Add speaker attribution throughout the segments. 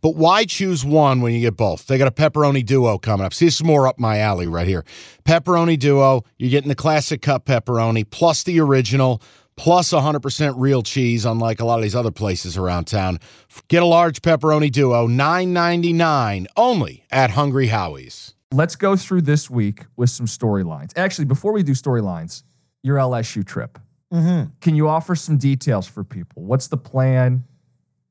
Speaker 1: But why choose one when you get both? They got a pepperoni duo coming up. See, this is more up my alley right here. Pepperoni duo, you're getting the classic cup pepperoni plus the original plus 100% real cheese unlike a lot of these other places around town. Get a large pepperoni duo, 9.99 only at Hungry Howie's.
Speaker 2: Let's go through this week with some storylines. Actually, before we do storylines, your LSU trip.
Speaker 3: Mm-hmm.
Speaker 2: Can you offer some details for people? What's the plan?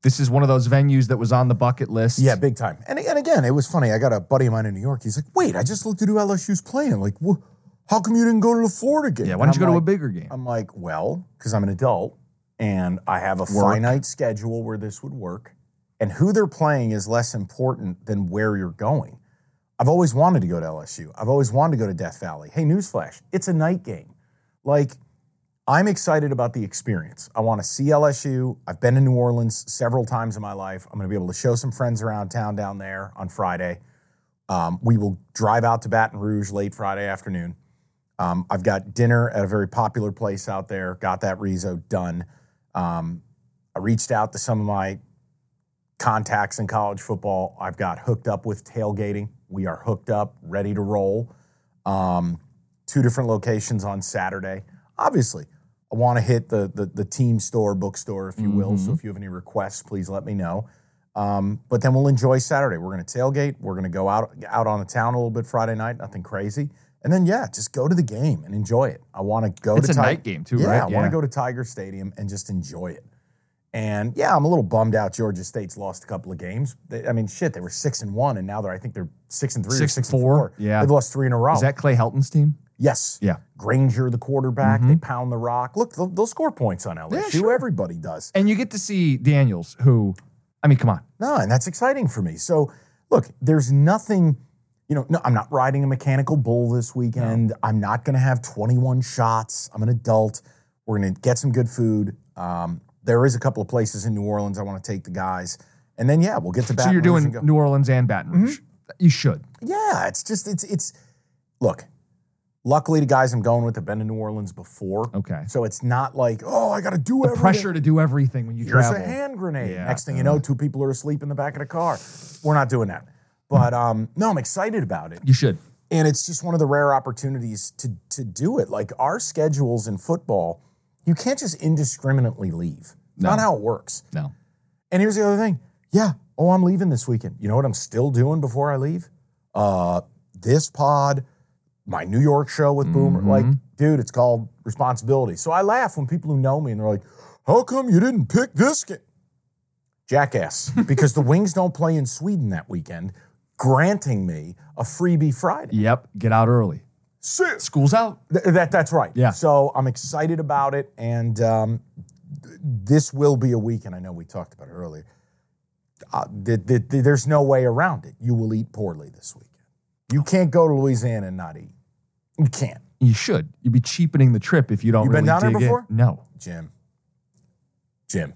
Speaker 2: This is one of those venues that was on the bucket list.
Speaker 3: Yeah, big time. And, and again, it was funny. I got a buddy of mine in New York. He's like, wait, I just looked at who LSU's playing. I'm like, wh- how come you didn't go to the Florida game?
Speaker 2: Yeah, why don't you
Speaker 3: And
Speaker 2: go
Speaker 3: I'm
Speaker 2: to a
Speaker 3: like-
Speaker 2: bigger game?
Speaker 3: I'm like, well, because I'm an adult and I have a finite schedule where this would work. And who they're playing is less important than where you're going. I've always wanted to go to LSU. I've always wanted to go to Death Valley. Hey, newsflash, it's a night game. Like, I'm excited about the experience. I want to see LSU. I've been to New Orleans several times in my life. I'm going to be able to show some friends around town down there on Friday. Um, we will drive out to Baton Rouge late Friday afternoon. Um, I've got dinner at a very popular place out there. Got that Rizo done. Um, I reached out to some of my contacts in college football. I've got hooked up with tailgating. We are hooked up, ready to roll. Um, two different locations on Saturday. Obviously, I want to hit the, the the team store, bookstore, if you will. So if you have any requests, please let me know. Um, but then we'll enjoy Saturday. We're going to tailgate. We're going to go out out on the town a little bit Friday night. Nothing crazy. And then yeah, just go to the game and enjoy it. I want to go
Speaker 2: It's
Speaker 3: to
Speaker 2: a
Speaker 3: Ti-
Speaker 2: night game too,
Speaker 3: yeah,
Speaker 2: right?
Speaker 3: I want to go to Tiger Stadium and just enjoy it. And yeah, I'm a little bummed out. Georgia State's lost a couple of games. They- I mean, shit, they were six and one, and now they're I think they're six and three
Speaker 2: Six
Speaker 3: or
Speaker 2: and
Speaker 3: six and
Speaker 2: four?
Speaker 3: four.
Speaker 2: Yeah.
Speaker 3: they've lost three in a row.
Speaker 2: Is that Clay Helton's team?
Speaker 3: yes,
Speaker 2: Yeah.
Speaker 3: Granger, the quarterback,
Speaker 2: Mm-hmm.
Speaker 3: they pound the rock. Look, they'll, they'll score points on LSU. Everybody does.
Speaker 2: And you get to see Daniels, who, I mean, come on.
Speaker 3: No, and that's exciting for me. So, look, there's nothing, you know, no, I'm not riding a mechanical bull this weekend. I'm not going to have 21 shots. I'm an adult. We're going to get some good food. Um, there is a couple of places in New Orleans I want to take the guys. And then, yeah, we'll get to Baton
Speaker 2: so you're doing
Speaker 3: Rouge and go. Mm-hmm.
Speaker 2: New Orleans and Baton Rouge. You should.
Speaker 3: yeah, it's just, it's, it's, look, luckily the guys I'm going with have been to New Orleans before.
Speaker 2: Okay.
Speaker 3: So it's not like, oh, I got to do
Speaker 2: The
Speaker 3: everything.
Speaker 2: pressure to do everything when you
Speaker 3: Here's
Speaker 2: travel.
Speaker 3: a hand grenade.
Speaker 2: Yeah.
Speaker 3: Next thing you know, two people are asleep in the back of the car. We're not doing that. But um, no, I'm excited about it.
Speaker 2: You should.
Speaker 3: And it's just one of the rare opportunities to, to do it. Like our schedules in football, you can't just indiscriminately leave. It's not how it works.
Speaker 2: No.
Speaker 3: And here's the other thing. Yeah. Oh, I'm leaving this weekend. You know what I'm still doing before I leave? Uh, this pod, my New York show with Boomer. Like, dude, it's called responsibility. So I laugh when people who know me and they're like, "How come you didn't pick this game?" Jackass, because the Wings don't play in Sweden that weekend, granting me a freebie Friday.
Speaker 2: Yep. Get out early.
Speaker 3: Sis.
Speaker 2: School's out.
Speaker 3: Th- that that's right.
Speaker 2: Yeah.
Speaker 3: So I'm excited about it, and um, th- this will be a weekend. I know we talked about it earlier. Uh, th- th- th- there's no way around it. You will eat poorly this weekend. You can't go to Louisiana and not eat. You can't,
Speaker 2: You should. You'd be cheapening the trip if you don't
Speaker 3: You
Speaker 2: really
Speaker 3: been down there
Speaker 2: dig in.
Speaker 3: before?
Speaker 2: No.
Speaker 3: Jim. Jim.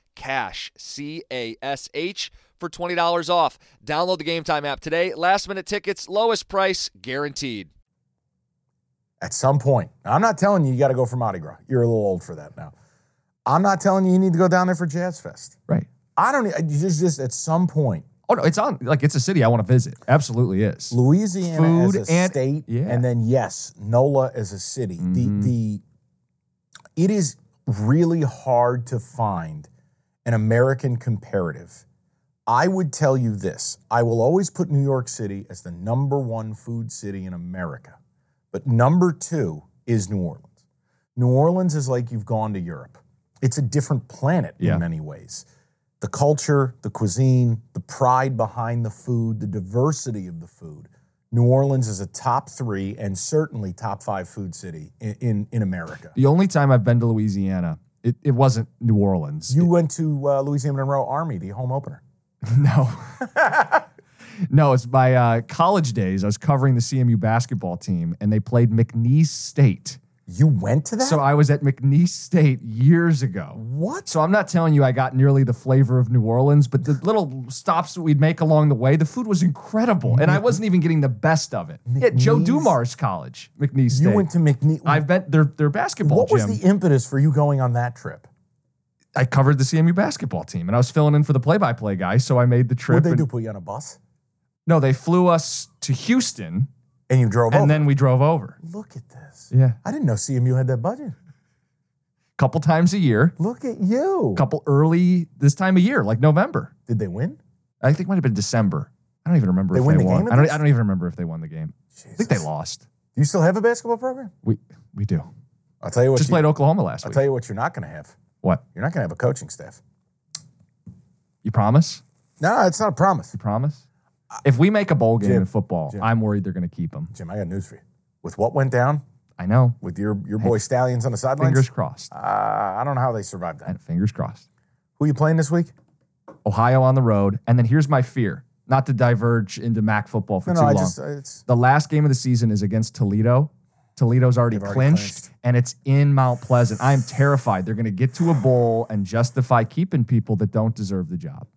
Speaker 4: CASH, C A S H, for $20 off. Download the Game Time app today. Last minute tickets, lowest price guaranteed.
Speaker 3: At some point, I'm not telling you you got to go for Mardi Gras. You're a little old for that now. I'm not telling you you need to go down there for Jazz Fest.
Speaker 2: Right.
Speaker 3: I don't. You just, just at some point,
Speaker 2: Oh no, it's on. Like it's a city I want to visit. Absolutely is.
Speaker 3: Louisiana
Speaker 2: Food
Speaker 3: as a
Speaker 2: and-
Speaker 3: state,
Speaker 2: yeah. Mm-hmm.
Speaker 3: and then yes, NOLA as a city. The the it is really hard to find an American comparative. I would tell you this: I will always put New York City as the number one food city in America, but number two is New Orleans. New Orleans is like you've gone to Europe. It's a different planet
Speaker 2: Yeah.
Speaker 3: in many ways. The culture, the cuisine, the pride behind the food, the diversity of the food. New Orleans is a top three and certainly top five food city in, in, in America.
Speaker 2: The only time I've been to Louisiana, it, it wasn't New Orleans.
Speaker 3: You went to uh, Louisiana Monroe Army, the home opener.
Speaker 2: No. no, it's my uh, college days. I was covering the CMU basketball team, and they played McNeese State.
Speaker 3: You went to that?
Speaker 2: So I was at McNeese State years ago.
Speaker 3: what?
Speaker 2: So I'm not telling you I got nearly the flavor of New Orleans, but the little stops that we'd make along the way, the food was incredible, and I wasn't even getting the best of it. Yeah, Joe
Speaker 3: Mm-hmm. McNeese-
Speaker 2: Dumars College, McNeese State.
Speaker 3: You went to McNeese.
Speaker 2: I've been their their basketball
Speaker 3: what was
Speaker 2: gym.
Speaker 3: the impetus for you going on that trip?
Speaker 2: I covered the CMU basketball team, and I was filling in for the play-by-play guy, so I made the trip.
Speaker 3: What did they
Speaker 2: and-
Speaker 3: do? Put you on a bus?
Speaker 2: No, they flew us to Houston,
Speaker 3: And you drove
Speaker 2: and
Speaker 3: over.
Speaker 2: then we drove over.
Speaker 3: Look at this.
Speaker 2: Yeah,
Speaker 3: I didn't know CMU had that budget.
Speaker 2: couple times a year,
Speaker 3: Look at you.
Speaker 2: couple early this time of year, like November.
Speaker 3: Did they win?
Speaker 2: I think it might have been December. I don't even remember
Speaker 3: They
Speaker 2: if
Speaker 3: win
Speaker 2: they
Speaker 3: the
Speaker 2: won.
Speaker 3: game at
Speaker 2: I don't.
Speaker 3: least?
Speaker 2: I don't even remember if they won the game. I think they
Speaker 3: Jesus.
Speaker 2: lost.
Speaker 3: Do you still have a basketball program?
Speaker 2: We we do.
Speaker 3: I'll tell you what.
Speaker 2: Just
Speaker 3: you,
Speaker 2: played Oklahoma last
Speaker 3: I'll
Speaker 2: week.
Speaker 3: tell you what. You're not going to have.
Speaker 2: what
Speaker 3: You're not going to have a coaching staff.
Speaker 2: you promise?
Speaker 3: No, it's not a promise.
Speaker 2: You promise? If we make a bowl game
Speaker 3: Jim,
Speaker 2: in football,
Speaker 3: Jim.
Speaker 2: I'm worried they're going to keep them.
Speaker 3: Jim, I got news for you. With what went down
Speaker 2: I know.
Speaker 3: with your your boy Stallions on the sidelines,
Speaker 2: Fingers crossed.
Speaker 3: uh, I don't know how they survived that.
Speaker 2: And fingers crossed.
Speaker 3: Who you playing this week?
Speaker 2: Ohio on the road, and then here's my fear: not to diverge into MAC football for
Speaker 3: No,
Speaker 2: too
Speaker 3: no, I
Speaker 2: long.
Speaker 3: just uh, it's
Speaker 2: the last game of the season is against Toledo. Toledo's already,
Speaker 3: They've already
Speaker 2: clinched,
Speaker 3: clinched.
Speaker 2: and it's in Mount Pleasant. I'm terrified they're going to get to a bowl and justify keeping people that don't deserve the job.